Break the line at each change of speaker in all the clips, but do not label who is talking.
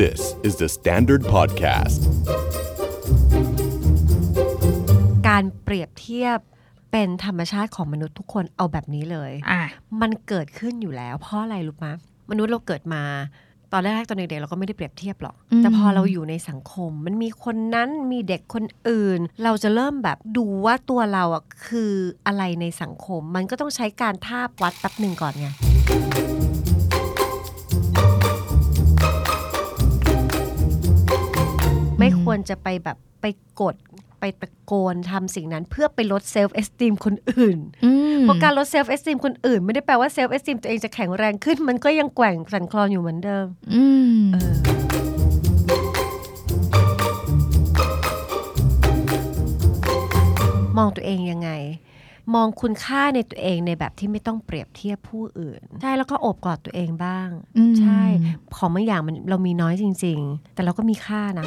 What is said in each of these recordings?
This is the Standard Podcast.
การเปรียบเทียบเป็นธรรมชาติของมนุษย์ทุกคนเอาแบบนี้เลย
อ่ะ
มันเกิดขึ้นอยู่แล้ว เพราะอะไรรู้ปะมนุษย์เราเกิดมา ตอนแรกๆตอนเด็กๆเราก็ไม่ได้เปรียบเทียบหรอก
อืม
แต่พอเราอยู่ในสังคม มันมีคนนั้นมีเด็กคนอื่น เราจะเริ่มแบบดูว่าตัวเราอ่ะคืออะไรในสังคม มันก็ต้องใช้การทาบวัดแป๊บหนึ่งก่อนไง ไม่ควรจะไปแบบไปกดไปตะโกนทำสิ่งนั้นเพื่อไปลดเซลฟ์เอสติมคนอื่น
อืม
เพราะการลดเซลฟ์เอสติมคนอื่น ไม่ได้แปลว่าเซลฟ์เอสติมตัวเองจะแข็งแรงขึ้น มันก็ยังแกว่งสั่นคลอนอยู่เหมือนเดิม
อืม
มองตัวเองยังไง มองคุณค่าในตัวเองในแบบที่ไม่ต้องเปรียบเทียบผู้อื่น ใช่แล้วก็โอบกอดตัวเองบ้าง
ม
ใช่ ของบางอย่างมันเรามีน้อยจริง ๆ แต่เราก็มีค่านะ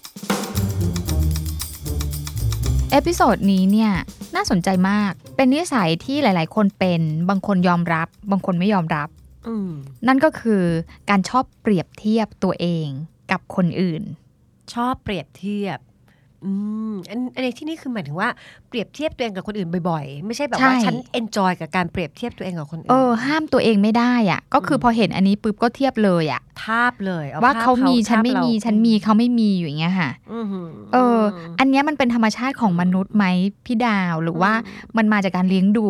เอพิโซดนี้เนี่ยน่าสนใจมาก เป็นนิสัยที่หลาย ๆ คนเป็น บางคนยอมรับ บางคนไม่ยอมรับ
อืม
นั่นก็คือการชอบเปรียบเทียบตัวเองกับคนอื่น
ชอบเปรียบเทียบ อืมอันอันในที่นี่คือหมายถึงว่าเปรียบเทียบตัวเองกับคนอื่นบ่อยๆ ไม่ใช่แบบว่า
ใช่
ฉันเอนจอยกับการเปรียบเทียบตัวเองกับคนอื่น
เออ ห้ามตัวเองไม่ได้อะก็คือพอเห็นอันนี้ปุ๊บก็เทียบเลยอะ
ทาบเลยอ
ว่า
ภพ
เขามีฉันไม่
ภาพเรา
มีฉันมีเขาไม่มีอยู่อย่างเงี้ยค่ะ
อื้อหื
เออ อันเนี้ยมันเป็นธรรมชาติของมนุษย์ไหมพี่ดาวหรือว่ามันมาจากการเลี้ยงดู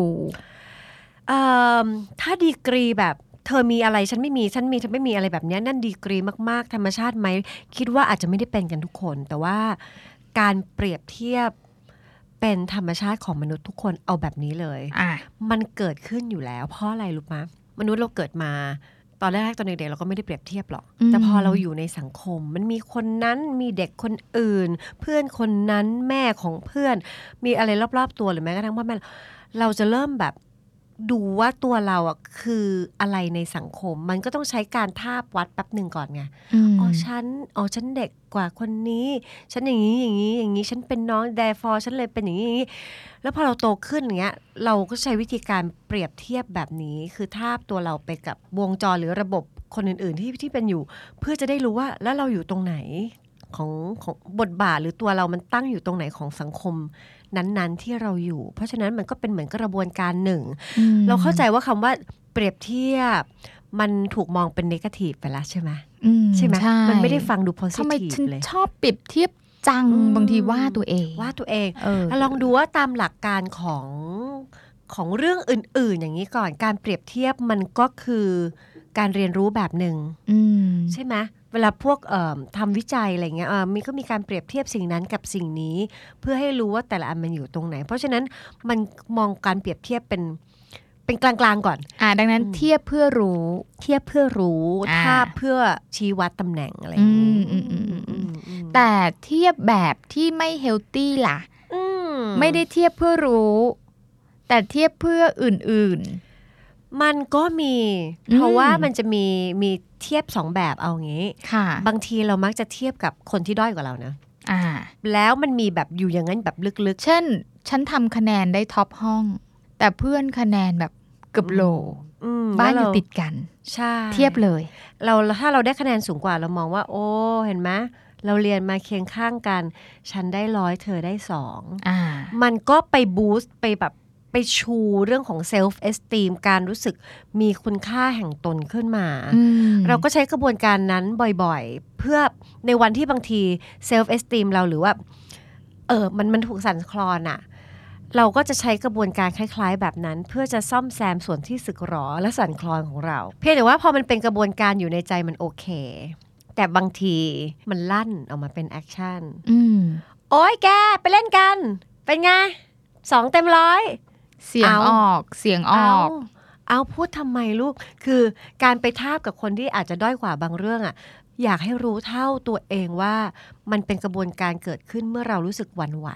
เอิ่มถ้าดีกรีแบบ เธอมีอะไรฉันไม่มีฉันมีเธอไม่มีอะไรแบบเนี้ยนั่นดีกรีมากๆ ธรรมชาติไหมคิดว่าอาจจะไม่ได้เป็นกันทุกคน แต่ว่าการเปรียบเทียบเป็นธรรมชาติของมนุษย์ทุกคนเอาแบบนี้เลย
อ่ะ
มันเกิดขึ้นอยู่แล้วเพราะอะไรรู้มะมนุษย์เราเกิดมา ตอนแรกๆตอนเด็กๆเราก็ไม่ได้เปรียบเทียบหรอก
อืม
แต่พอเราอยู่ในสังคม มันมีคนนั้นมีเด็กคนอื่น เพื่อนคนนั้นแม่ของเพื่อน มีอะไรรอบๆตัวหรือแม้กระทั่งพ่อแม่เราเราจะเริ่มแบบดูว่าตัวเราอ่ะคืออะไรในสังคม มันก็ต้องใช้การทาบวัดแป๊บหนึ่งก่อนไง
ม
อ๋อฉันอ๋อฉันเด็กกว่าคนนี้ ฉันอย่างนี้อย่างนี้อย่างนี้ฉันเป็นน้องแดฟอฉันเลยเป็นอย่างนี้อย่างนี้ แล้วพอเราโตขึ้นอย่างเงี้ย เราก็ใช้วิธีการเปรียบเทียบแบบนี้ คือทาบตัวเราไปกับวงจรหรือระบบคนอื่น ๆ ที่ที่เป็นอยู่ เพื่อจะได้รู้ว่าแล้วเราอยู่ตรงไหนของของบทบาทหรือตัวเรามันตั้งอยู่ตรงไหนของสังคมนั้นๆที่เราอยู่ เพราะฉะนั้นมันก็เป็นเหมือนกระบวนการหนึ่ง
ม
เราเข้าใจว่าคำว่าเปรียบเทียบ มันถูกมองเป็นนกาทีฟไปแล้วใช่ไหม
อื
ใช่ไหม
ใช่
มันไม่ได้ฟังดู positive
ทำไมฉัน
เลย
ชอบเปรียบเทียบจัง
อืม
บางทีว่าตัวเอง
ว่าตัวเอง
เออ
ลองดูว่าตามหลักการของของเรื่องอื่น ๆ อย่างนี้ก่อน การเปรียบเทียบมันก็คือการเรียนรู้แบบหนึ่ง
อืม
ใช่ไหมเวลาพวกเอิ่มทำวิจัยอะไรเงี้ยเอ่อมันก็มีการเปรียบเทียบสิ่งนั้นกับสิ่งนี้ เพื่อให้รู้ว่าแต่ละอันมันอยู่ตรงไหน เพราะฉะนั้นมันมองการเปรียบเทียบเป็นเป็นกลางๆก่อน
อ่ะดังนั้น
อืม
เทียบเพื่อรู้
เทียบเพื่อรู้
อ่า
ทาบเพื่อชี้วัดตำแหน่งอะไรอย่างนี้
อืมอืมอืมอืม
อืม
แต่เทียบแบบที่ไม่เฮลตี้ล่ะ
อื
ไม่ได้เทียบเพื่อรู้ แต่เทียบเพื่ออื่น
มันก็มี
อืม
เพราะว่ามันจะมีมีเทียบสองแบบเอางี้
ๆ ค่ะ
บางทีเรามักจะเทียบกับคนที่ด้อยกว่าเรานะ
อ่า
แล้วมันมีแบบอยู่อย่างนั้นแบบลึก
เช่น ฉันทำคะแนนได้ท็อปห้อง แต่เพื่อนคะแนนแบบเกือบโล
ๆอืม
บ้านอ
แล้ว
ยู่
เร
ติดกัน
ใช่
เทียบเลย
เราถ้าเราได้คะแนนสูงกว่าเรามองว่า โอ้ เห็นไหมเราเรียนมาเคียงข้างกัน ฉันได้ร้อยเธอได้สอง
อ่า
มันก็ไปบูสต์ไปแบบไปชูเรื่องของเซลฟ์เอสตีมการรู้สึกมีคุณค่าแห่งตนขึ้นมา
อืม
เราก็ใช้กระบวนการนั้นบ่อยๆ เพื่อในวันที่บางทีเซลฟ์เอสติมเราหรือว่า เออมันมันถูกสั่นคลอนอะเราก็จะใช้กระบวนการคล้ายๆ แบบนั้น เพื่อจะซ่อมแซมส่วนที่สึกหรอและสั่นคลอนของเรา เพียงแต่ว่าพอมันเป็นกระบวนการอยู่ในใจมันโอเค แต่บางทีมันลั่นออกมาเป็นแอคชั่น
อืม
โอ๊ยแก ไปเล่นกัน เป็นไงสองเต็มร้อย
เสียง
เอา
ออก เสียงออก
เาเอาพูดทำไมลูก คือการไปทาบกับคนที่อาจจะด้อยกว่าบางเรื่องอะ อยากให้รู้เท่าตัวเองว่ามันเป็นกระบวนการเกิดขึ้นเมื่อเรารู้สึกหวั่นไหว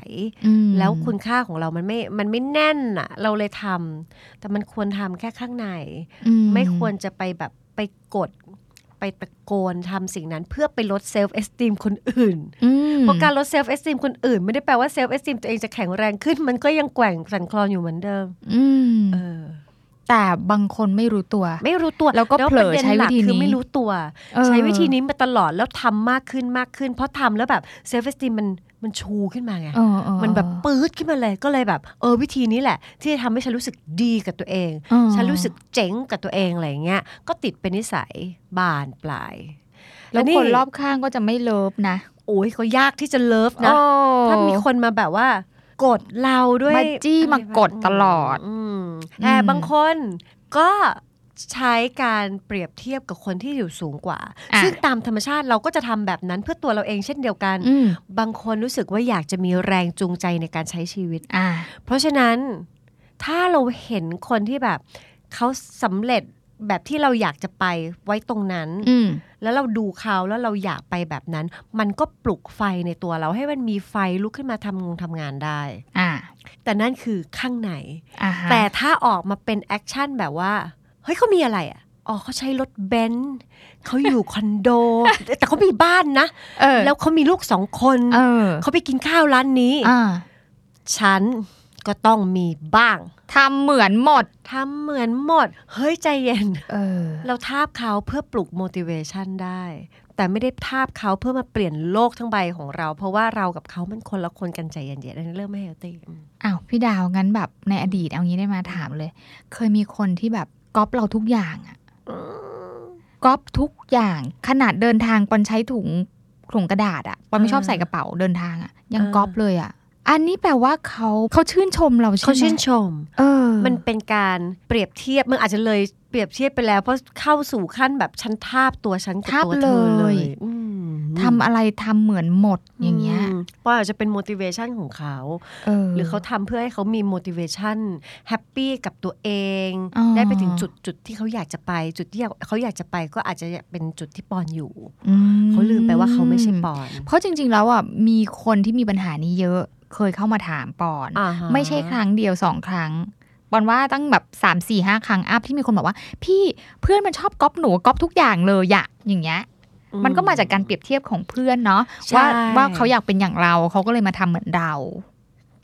อืม
แล้วคุณค่าของเรามันไม่ มันไม่แน่นอะเราเลยทำแต่มันควรทำแค่ข้างใน
อื
ไม่ควรจะไปแบบไปกด ไปตะโกนทำสิ่งนั้นเพื่อไปลดเซลฟ์เอสติมคนอื่น
อืม
เพราะการลดเซลฟ์เอสติมคนอื่น ไม่ได้แปลว่าเซลฟ์เอสติมตัวเองจะแข็งแรงขึ้น มันก็ยังแกว่งสั่นคลอนอยู่เหมือนเดิม
อืม
เออ
แต่บางคนไม่รู้ตัว
ไม่รู้ตัว
แล้วก็เผลอ
ประด็น
ใช้
ห
วิธี
ลักคือ
นี้
ไม่รู้ตัว
เออ
ใช้วิธีนี้มาตลอดแล้วทำมากขึ้นมากขึ้น เพราะทำแล้วแบบเซลฟ์เอสติมมันมันชูขึ้นมาไง
เออเออ
มันแบบปื๊ดขึ้นมาเลยก็เลยแบบ เออวิธีนี้แหละ ที่จะทำให้ฉันรู้สึกดีกับตัวเอง
เออ
ฉันรู้สึกเจ๋งกับตัวเองอะไรอย่างเงี้ยก็ติดเป็นนิสัยบานปลาย
แล้ว
นี่
คนรอบข้างก็จะไม่เลิฟนะ
โอ้ยก็ยากที่จะเลิฟนะ
โอ้
ถ้ามีคนมาแบบว่า กดเราด้วย
มาจี้
อะไร
มากด
แบบ
ตลอด
อืม
อืม
แต่บางคนก็ใช้การเปรียบเทียบกับคนที่อยู่สูงกว่า ซึ่งตามธรรมชาติเราก็จะทำแบบนั้นเพื่อตัวเราเองเช่นเดียวกัน
อืม
บางคนรู้สึกว่าอยากจะมีแรงจูงใจในการใช้ชีวิต
อ่า
เพราะฉะนั้นถ้าเราเห็นคนที่แบบเขาสำเร็จแบบที่เราอยากจะไปไว้ตรงนั้น
อืม
แล้วเราดูเขาแล้วเราอยากไปแบบนั้น มันก็ปลุกไฟในตัวเราให้มันมีไฟลุกขึ้นมาทำงงทำงานได้
อ่า
แต่นั่นคือข้างใน
อ่าฮะ
แต่ถ้าออกมาเป็นแอคชั่นแบบว่า เฮ้ยเขามีอะไรอ่ะอ๋อเขาใช้รถเบนซ์เขาอยู่คอนโด แต่เขามีบ้านนะ
เออ
แล้วเขามีลูกสองคน
เออ
เขาไปกินข้าวร้านนี้
อ่า
ฉันก็ต้องมีบ้าง
ทำเหมือนหมด
ทำเหมือนหมด เฮ้ย ใจเย็น
เออ
เราทาบเขาเพื่อปลุก motivation ได้ แต่ไม่ได้ทาบเขาเพื่อมาเปลี่ยนโลกทั้งใบของเรา เพราะว่าเรากับเขามันคนละคนกันใจเย็นๆอันนี้เริ่มไม่เฮลตี้
อ้าวพี่ดาวงั้นแบบในอดีตเอางี้ได้มาถามเลย เคยมีคนที่แบบก๊อปเราทุกอย่างอะก๊อปทุกอย่าง ขนาดเดินทางปอนใช้ถุงถุงกระดาษอะปอนไม่ชอบใส่กระเป๋าเดินทางอะยังก๊อปเลยอะอันนี้แปลว่าเขาเขาชื่นชมเราใช่ไหม
เขาชื่นชม
เออ
มันเป็นการเปรียบเทียบมันอาจจะเลยเปรียบเทียบไปแล้ว เพราะเข้าสู่ขั้นแบบฉันทาบตัวฉันกับตัวเธอเลยอืม
ทำอะไรทำเหมือนหมดอย่างเงี้ย
มว่าอาจจะเป็น motivation ของเขา
เออ
หรือเขาทำเพื่อให้เขามี motivation happy กับตัวเอง
อ๋อ
ได้ไปถึงจุดจุดที่เขาอยากจะไป จุดที่อยากเขาอยากจะไปก็อาจจะเป็นจุดที่ปอนอยู่
อืม
เขาลืมไปว่าเขาไม่ใช่ปอน
เพราะจริง ๆ แล้วอ่ะมีคนที่มีปัญหานี้เยอะเคยเข้ามาถามปอน
อ่าฮะ
ไม่ใช่ครั้งเดียวสองครั้งปอนว่าตั้งแบบ3 4 5 ครั้งอัพที่มีคนบอกว่า พี่เพื่อนมันชอบก๊อปหนูก๊อปทุกอย่างเลยอยากอย่างเงี้ย
อื
มันก็มาจากการเปรียบเทียบของเพื่อนเนาะ
ใช่
ว่าว่าเขาอยากเป็นอย่างเราเขาก็เลยมาทำเหมือนเรา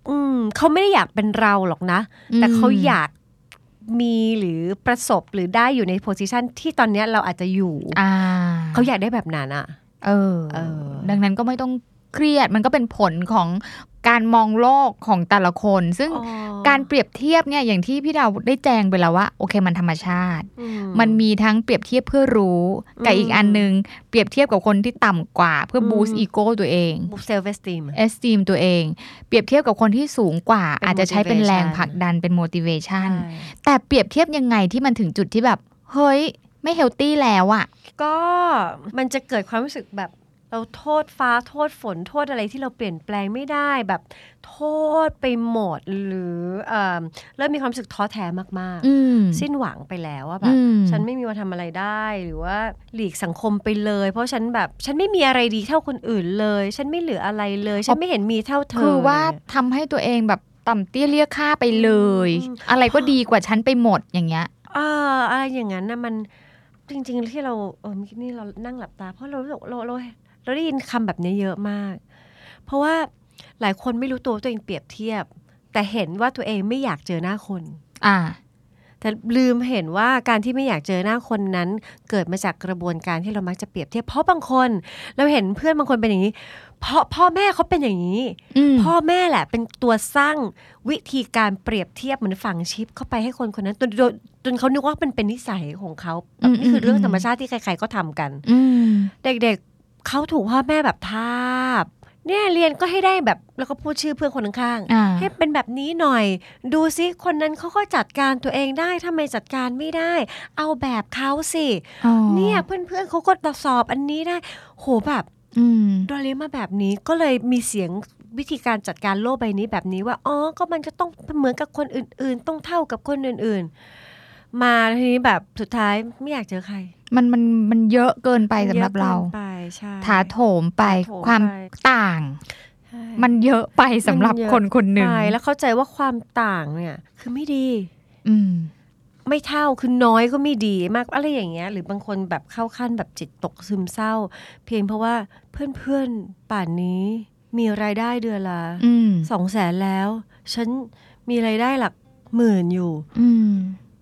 อืมเขาไม่ได้อยากเป็นเราหรอกนะ แต่เขาอยากมีหรือประสบหรือได้อยู่ในโพสิชันที่ตอนเนี้ยเราอาจจะอยู่
อ่า
เขาอยากได้แบบนั้นอะ
เออ
เออ
ดังนั้นก็ไม่ต้องเครียดมันก็เป็นผลของการมองโลกของแต่ละคน ซึ่ง การเปรียบเทียบเนี่ยอย่างที่พี่ดาวได้แจงไปแล้วว่า โอเคมันธรรมชาติ
อื
มันมีทั้งเปรียบเทียบเพื่อรู้กับ
อืม
อีกอันนึง เปรียบเทียบกับคนที่ต่ำกว่า เพื่อ
ม
บูสต์อีโก้ตัวเอง
เซลฟ์เวสติม
เอสตีมตัวเอง เปรียบเทียบกับคนที่สูงกว่า
เป็น
อาจจะใช้เป็น
motivation
แรงผลักดันเป็น motivation แต่เปรียบเทียบยังไงที่มันถึงจุดที่แบบ เฮ้ย ไม่เฮลตี้แล้วอะ
ก็มันจะเกิดความรู้สึกแบบเราโทษฟ้าโทษฝนโทษอะไรที่เราเปลี่ยนแปลงไม่ได้แบบโทษไปหมดหรือเอิ่มเริ่มมีความรู้สึกท้อแท้มาก
อืม
ๆ สิ้นหวังไปแล้วว่าแบ
อื
บ
ม
ฉันไม่มีวันทำอะไรได้หรือว่าหลีกสังคมไปเลย เพราะฉันแบบฉันไม่มีอะไรดีเท่าคนอื่นเลย ฉันไม่เหลืออะไรเลย ฉันไม่เห็นมีเท่าเธอ
คือว่าทำให้ตัวเองแบบต่ำเตี้ยเรียกค่าไปเลย
อืม
อะไรก็ดีกว่าฉันไปหมดอย่างเงี้ย
เอ่ออะไรอย่างนั้นนะมันจริงๆที่เราเออเมื่อกี้นี่เรานั่งหลับตา เพราะเรารู้สึกเราเราเราได้ยินคำแบบนี้เยอะมาก เพราะว่าหลายคนไม่รู้ตัวว่าตัวเองเปรียบเทียบ แต่เห็นว่าตัวเองไม่อยากเจอหน้าคน
อ่า
แต่ลืมเห็นว่าการที่ไม่อยากเจอหน้าคนนั้น เกิดมาจากกระบวนการที่เรามักจะเปรียบเทียบเพราะบางคนเราเห็นเพื่อนบางคนเป็นอย่างนี้ เพราะพ่อแม่เขาเป็นอย่างนี้
อืม
พ่อแม่แหละเป็นตัวสร้างวิธีการเปรียบเทียบเหมือนฝังชิปเข้าไปให้คนคนนั้นจนจนจนเขานึกว่ามันเป็นนิสัยของเขาแบบ
อืม
นี่คืออ
ม
เรื่องธรรมชาติที่ใครๆก็ทำกัน
อืม
เด็กๆเขาถูกพ่อแม่แบบทาบ เนี่ยเรียนก็ให้ได้แบบแล้วก็พูดชื่อเพื่อนคนข้าง
อ่า
ๆให้เป็นแบบนี้หน่อย ดูซิคนนั้นเขาก็จัดการตัวเองได้ทำไมจัดการไม่ได้ เอาแบบเขาสิ
อ๋อ
เนี่ยเพื่อนๆเขาก็ตรวจสอบอันนี้ได้โหแบบ
อืม
โดเรมาแบบนี้ก็เลยมีเสียงวิธีการจัดการโลกใบนี้แบบนี้ว่า อ๋อ ก็มันจะต้องเหมือนกับคนอื่น ๆ ต้องเท่ากับคนอื่น ๆ มาทีนี้แบบสุดท้ายไม่อยากเจอใคร
มันมันมันเยอะเกินไปสำหรับเรา
ยอะกินไปใช่
ถาโถมไป
ถาโถม
ความ
ไป
ต่าง
ใช่
มันเยอะไปสำหรับ
มันเยอะ
คนคนหนึ่ง
ตายแล้วเข้าใจว่าความต่างเนี่ย คือไม่ดี
อืม
ไม่เท่าคือน้อยก็ไม่ดีมากอะไรอย่างเงี้ย หรือบางคนแบบเข้าขั้นแบบจิตตกซึมเศร้า เพียงเพราะว่าเพื่อนๆป่านนี้มีรายได้เดือนละ
อืม
สองแสนแล้ว ฉันมีรายได้หลักหมื่นอยู่
อืม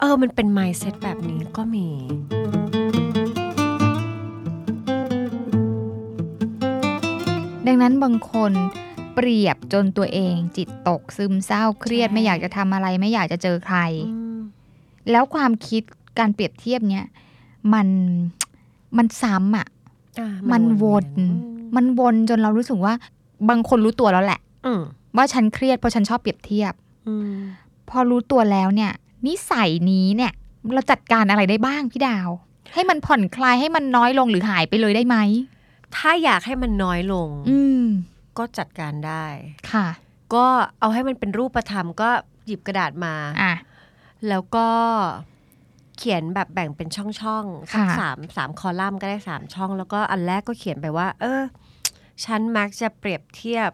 เออ มันเป็น mindset แบบนี้ก็มี
ดังนั้นบางคนเปรียบจนตัวเอง จิตตกซึมเศร้าเครียด
ใช่
ไม่อยากจะทำอะไรไม่อยากจะเจอใคร
อืม
แล้วความคิดการเปรียบเทียบเนี้ยมันมันซ้ำอ่ะ
อ่ะ
มันวน
อืม
มันวนจนเรารู้สึกว่า บางคนรู้ตัวแล้วแหละ
อืม
ว่าฉันเครียดเพราะฉันชอบเปรียบเทียบ
อืม
พอรู้ตัวแล้วเนี่ย นิสัยนี้เนี่ย เราจัดการอะไรได้บ้างพี่ดาว ให้มันผ่อนคลายให้มันน้อยลงหรือหายไปเลยได้ไหม
ถ้าอยากให้มันน้อยลง
อืม
ก็จัดการได้
ค่ะ
ก็เอาให้มันเป็นรูปธรรมก็หยิบกระดาษมา
อ่ะ
แล้วก็เขียนแบบแบ่งเป็นช่องๆสัก
ค่ะ
สามสามคอลัมน์ก็ได้สามช่อง แล้วก็อันแรกก็เขียนไปว่า เออ ฉันมักจะเปรียบเทียบ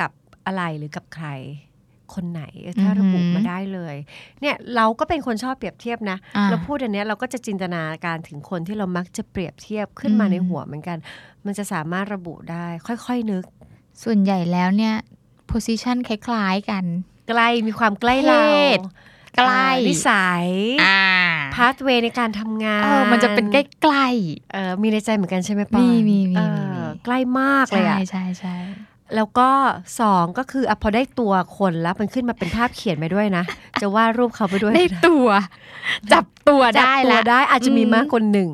กับอะไรหรือกับใคร คนไหนเออถ้าระบุมาได้เลย เนี่ยเราก็เป็นคนชอบเปรียบเทียบนะ
อ่ะ
เราพูดอันเนี้ยเราก็จะจินตนาการถึงคนที่เรามักจะเปรียบเทียบขึ้นมา
อืม
ในหัวเหมือนกัน มันจะสามารถระบุได้ ค่อยๆนึก
ส่วนใหญ่แล้วเนี่ย position คล้ายๆกัน
ใกล้มีความใกล้เรา
เพศใกล้
อ่านิสัย
อ่า
พาสเวในการทำงาน
เออมันจะเป็นใกล้
เออมีในใจเหมือนกันใช่ไหมปอน
มีมีมีมี
เออ
มี
ใกล้มาก
ๆ
เลย
ใช่
อะ
ใช่ใช่
แล้วก็สองก็คืออะพอได้ตัวคนแล้วมันขึ้นมาเป็นภาพเขียนไปด้วยนะ จะวาดรูปเขาไปด้วย
ได้ตัว จับตัว
จับ
ได้
ตัว
ละ
ได้อาจจะมี
อืม
มากกว่าหนึ่ง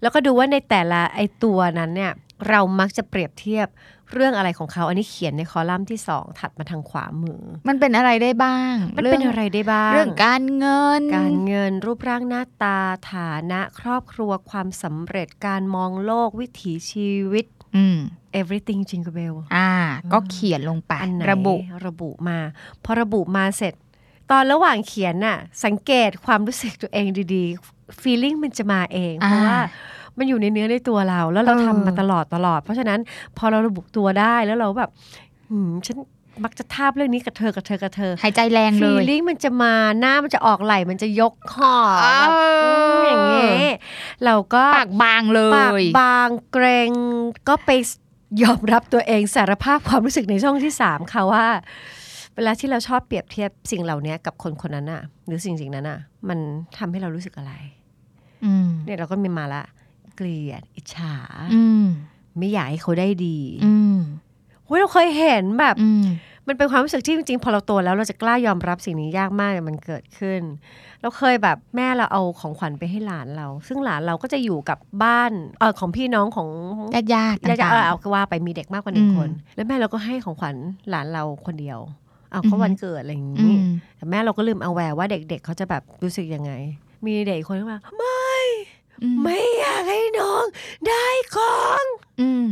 แล้วก็ดูว่าในแต่ละไอตัวนั้นเนี่ย เรามักจะเปรียบเทียบเรื่องอะไรของเขาอันนี้เขียนในคอลัมน์ที่สองถัดมาทางขวามือ
มันเป็นอะไรได้บ้าง
มันเป็นอะไรได้บ้าง
เรื่องการเงิน
การเงินรูปร่างหน้าตาฐานะ ครอบครัวความสำเร็จการมองโลกวิถีชีวิต
อืม
everything jingle bell
อ่า ก็เขียนลงไป
อันไหน
ระบุ
ระบุมา พอระบุมาเสร็จ ตอนระหว่างเขียนน่ะสังเกตความรู้สึกตัวเองดีๆ ฟีลลิ่งมันจะมาเอง
อ่า
เพราะว่ามันอยู่ในเนื้อในตัวเรา แล้วเรา
เออ
ทำมาตลอดตลอด เพราะฉะนั้นพอเราระบุตัวได้แล้วเราแบบหืมฉันมักจะทาบเรื่องนี้กับเธอกับเธอกับเธอ
หายใจแรงเล
ฟี
ย
ลลิ่งมันจะมาหน้ามันจะออกไหลมันจะยกคอ
เออ
แบบมอย่างเงี้ยเราก็
ปากบางเล
ปาก
ย
บางเกรงก็ไปยอมรับตัวเองสารภาพความรู้สึกในช่องที่สามค่ะว่า เวลาที่เราชอบเปรียบเทียบสิ่งเหล่านี้กับคนคนนั้นอะหรือสิ่งสิ่งนั้นอะมันทำให้เรารู้สึกอะไร
อืม
เนี่ยเราก็มีมาละเกลียดอิจฉา
อืม
ไม่อยากให้เขาได้ดี
อืม
เฮ้ยเราเคยเห็นแบบ
อืม
มันเป็นความรู้สึกที่จริงๆ พอเราโตแล้วเราจะกล้ายอมรับสิ่งนี้ยากมากมันเกิดขึ้น เราเคยแบบแม่เราเอาของขวัญไปให้หลานเรา ซึ่งหลานเราก็จะอยู่กับบ้านเออของพี่น้องของ
ญาติญาติ
แล้วจะ
ต่าง
เออเอาก็ว่าไปมีเด็กมากกว่าหนึ่ง
อืม
คน แล้วแม่เราก็ให้ของขวัญหลานเราคนเดียว เอา
อือฮึ
เขาวันเกิดอะไรอย่าง
ๆอื
นี้
ม
แต่แม่เราก็ลืมเอาแวร์ว่าเด็ก ๆ เขาจะแบบรู้สึกยังไง มีเด็กอีกคนเข้ามาไม่
อืม
ไม่อยากให้น้องได้ของ
อืม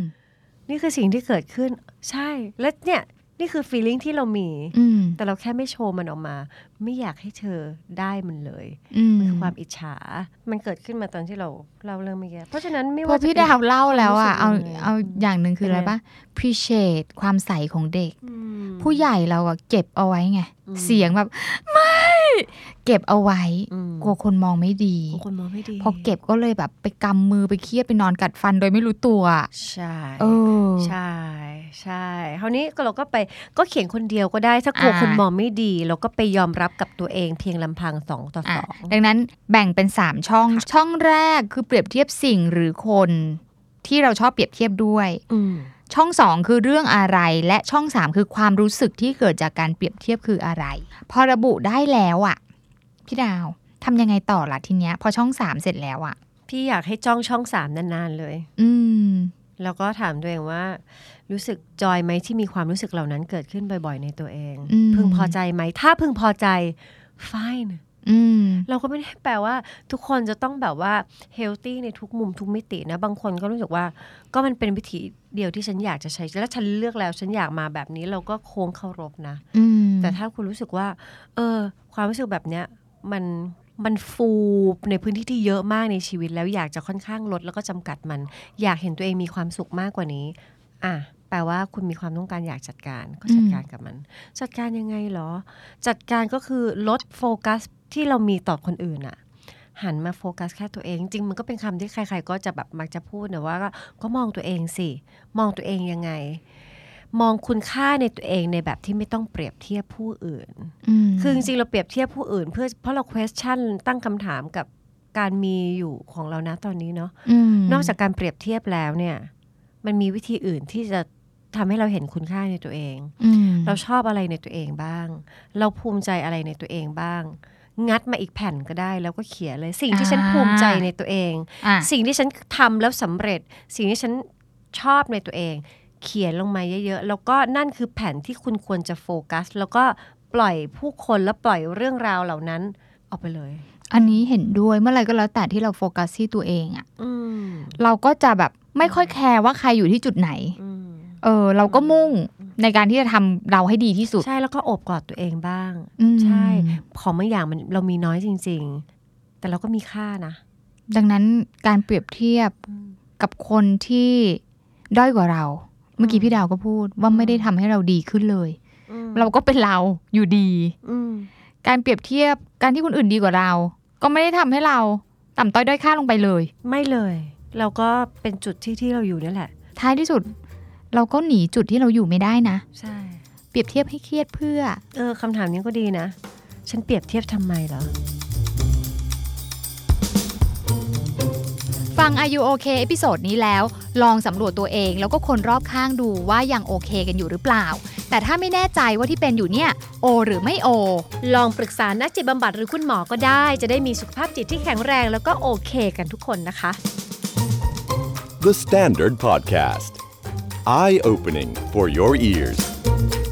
นี่คือสิ่งที่เกิดขึ้น ใช่ และเนี่ยนี่คือ feeling ที่เรามี
อืม
แต่เราแค่ไม่โชว์มันออกมา ไม่อยากให้เธอได้มันเลย
อืม
มันคือความอิจฉา มันเกิดขึ้นมาตอนที่เราเล่าเรื่องเมื่อกี้เพราะฉะนั้นไม่
พอ
ว่าจะ
พี่
เป็น
ดาวเล่าแล้วอ่ะ
ควา
เอา
มรู้สึกยังไง
เอาอย่างหนึ่งคืออะไร
เป็นไง
ปะ appreciate ความใสของเด็ก
อืม
ผู้ใหญ่เราอะเก็บเอาไว้ไง
อืม
เสียงแบบ ไม่ เก็บเอาไว้
อืม
กลัวคนมองไม่ดี
โอ้คนมองไม่ดี
พอเก็บก็เลยแบบไปกำมือไปเครียดไปนอนกัดฟันโดยไม่รู้ตัวอะ
ใช่
เออ
ใช่ใช่คราวนี้ก็เราก็ไปก็เขียนคนเดียวก็ได้ ถ้ากลัว
อ่า
คนมองไม่ดีเราก็ไปยอมรับกับตัวเองเพียงลำพังสองต่อ
อ่ะ
สอง
ดังนั้นแบ่งเป็น 3 ช่อง ช่องแรกคือเปรียบเทียบสิ่งหรือคน ที่เราชอบเปรียบเทียบด้วย
อืม
ช่อง 2 คือเรื่องอะไร และช่อง 3 คือความรู้สึกที่เกิดจากการเปรียบเทียบคืออะไร พอระบุได้แล้วอะพี่ดาวทำยังไงต่อล่ะทีเนี้ย พอช่อง 3 เสร็จแล้วอะ
พี่อยากให้จ้องช่องสามนานๆเลย
อืม
แล้วก็ถามตัวเองว่า รู้สึกจอยไหมที่มีความรู้สึกเหล่านั้นเกิดขึ้นบ่อยๆ ในตัวเอง
อืม
พึงพอใจไหม ถ้าพึงพอใจ fine
อืม
เราก็ไม่ได้แปลว่า ทุกคนจะต้องแบบว่าเฮลตี้ในทุกมุมทุกมิตินะ บางคนก็รู้สึกว่า ก็มันเป็นวิธีเดียวที่ฉันอยากจะใช้ และฉันเลือกแล้ว ฉันอยากมาแบบนี้เราก็โค้งเคารพนะ
อืม
แต่ถ้าคุณรู้สึกว่า เออ ความรู้สึกแบบเนี้ย มัน มันฟูในพื้นที่ที่เยอะมากในชีวิตแล้วอยากจะค่อนข้างลดแล้วก็จำกัดมัน อยากเห็นตัวเองมีความสุขมากกว่านี้ อ่ะแปลว่าคุณมีความต้องการอยากจัดการก็จัดการกับมัน จัดการยังไงเหรอ จัดการก็คือลดโฟกัสที่เรามีต่อคนอื่นอะหันมาโฟกัสแค่ตัวเอง จริงมันก็เป็นคำที่ใคร ๆ ก็จะแบบมักจะพูดนะว่าก็ก็มองตัวเองสิ มองตัวเองยังไง มองคุณค่าในตัวเองในแบบที่ไม่ต้องเปรียบเทียบผู้อื่น
ม
คือจริงๆเราเปรียบเทียบผู้อื่น เพื่อเพราะเรา question ตั้งคำถามกับการมีอยู่ของเรานะตอนนี้เนาะ
ม
นอกจากการเปรียบเทียบแล้วเนี่ย มันมีวิธีอื่นที่จะทำให้เราเห็นคุณค่าในตัวเอง
อืม
เราชอบอะไรในตัวเองบ้าง เราภูมิใจอะไรในตัวเองบ้าง งัดมาอีกแผ่นก็ได้ แล้วก็เขียนเลยสิ่งที่ฉัน
อ่า
ภูมิใจในตัวเอง
อ่ะ
สิ่งที่ฉันทำแล้วสำเร็จ สิ่งที่ฉันชอบในตัวเอง เขียนลงมาเยอะๆ แล้วก็นั่นคือแผนที่คุณควรจะโฟกัส แล้วก็ปล่อยผู้คนและปล่อยเรื่องราวเหล่านั้นออกไปเลย
อันนี้เห็นด้วยเมื่อไหรก็แล้วแต่ที่เราโฟกัสที่ตัวเองอะ
อืม
เราก็จะแบบไม่ค่อยแคร์ว่าใครอยู่ที่จุดไหน
อืม
เออ เราก็มุ่งในการที่จะทำเราให้ดีที่สุด
ใช่แล้วก็โอบกอดตัวเองบ้าง
อืม
ใช่ ของบางอย่างมันเรามีน้อยจริง ๆ แต่เราก็มีค่านะ
ดังนั้นการเปรียบเทียบกับคนที่ด้อยกว่าเรา เมื่อกี้พี่ดาวก็พูดว่าไม่ได้ทำให้เราดีขึ้นเลย เราก็เป็นเราอยู่ดี
อืม
การเปรียบเทียบการที่คนอื่นดีกว่าเรา ก็ไม่ได้ทำให้เราต่ำต้อยด้อยค่าลงไปเลย
ไม่เลย เราก็เป็นจุดที่ที่เราอยู่นี่แหละ
ท้ายที่สุด เราก็หนีจุดที่เราอยู่ไม่ได้นะ
ใช่
เปรียบเทียบให้เครียดเพื่อ
เออคำถามนี้ก็ดีนะ ฉันเปรียบเทียบทำไมเหรอ
ฟัง Are You OK เอพิโซดนี้แล้ว ลองสำรวจตัวเองแล้วก็คนรอบข้างดูว่ายังโอเคกันอยู่หรือเปล่า แต่ถ้าไม่แน่ใจว่าที่เป็นอยู่เนี่ย โอ หรือไม่โอ
ลองปรึกษานักจิตบำบัดหรือคุณหมอก็ได้ จะได้มีสุขภาพจิตที่แข็งแรงแล้วก็โอเคกันทุกคนนะคะ
The Standard Podcast. Eye opening for your ears.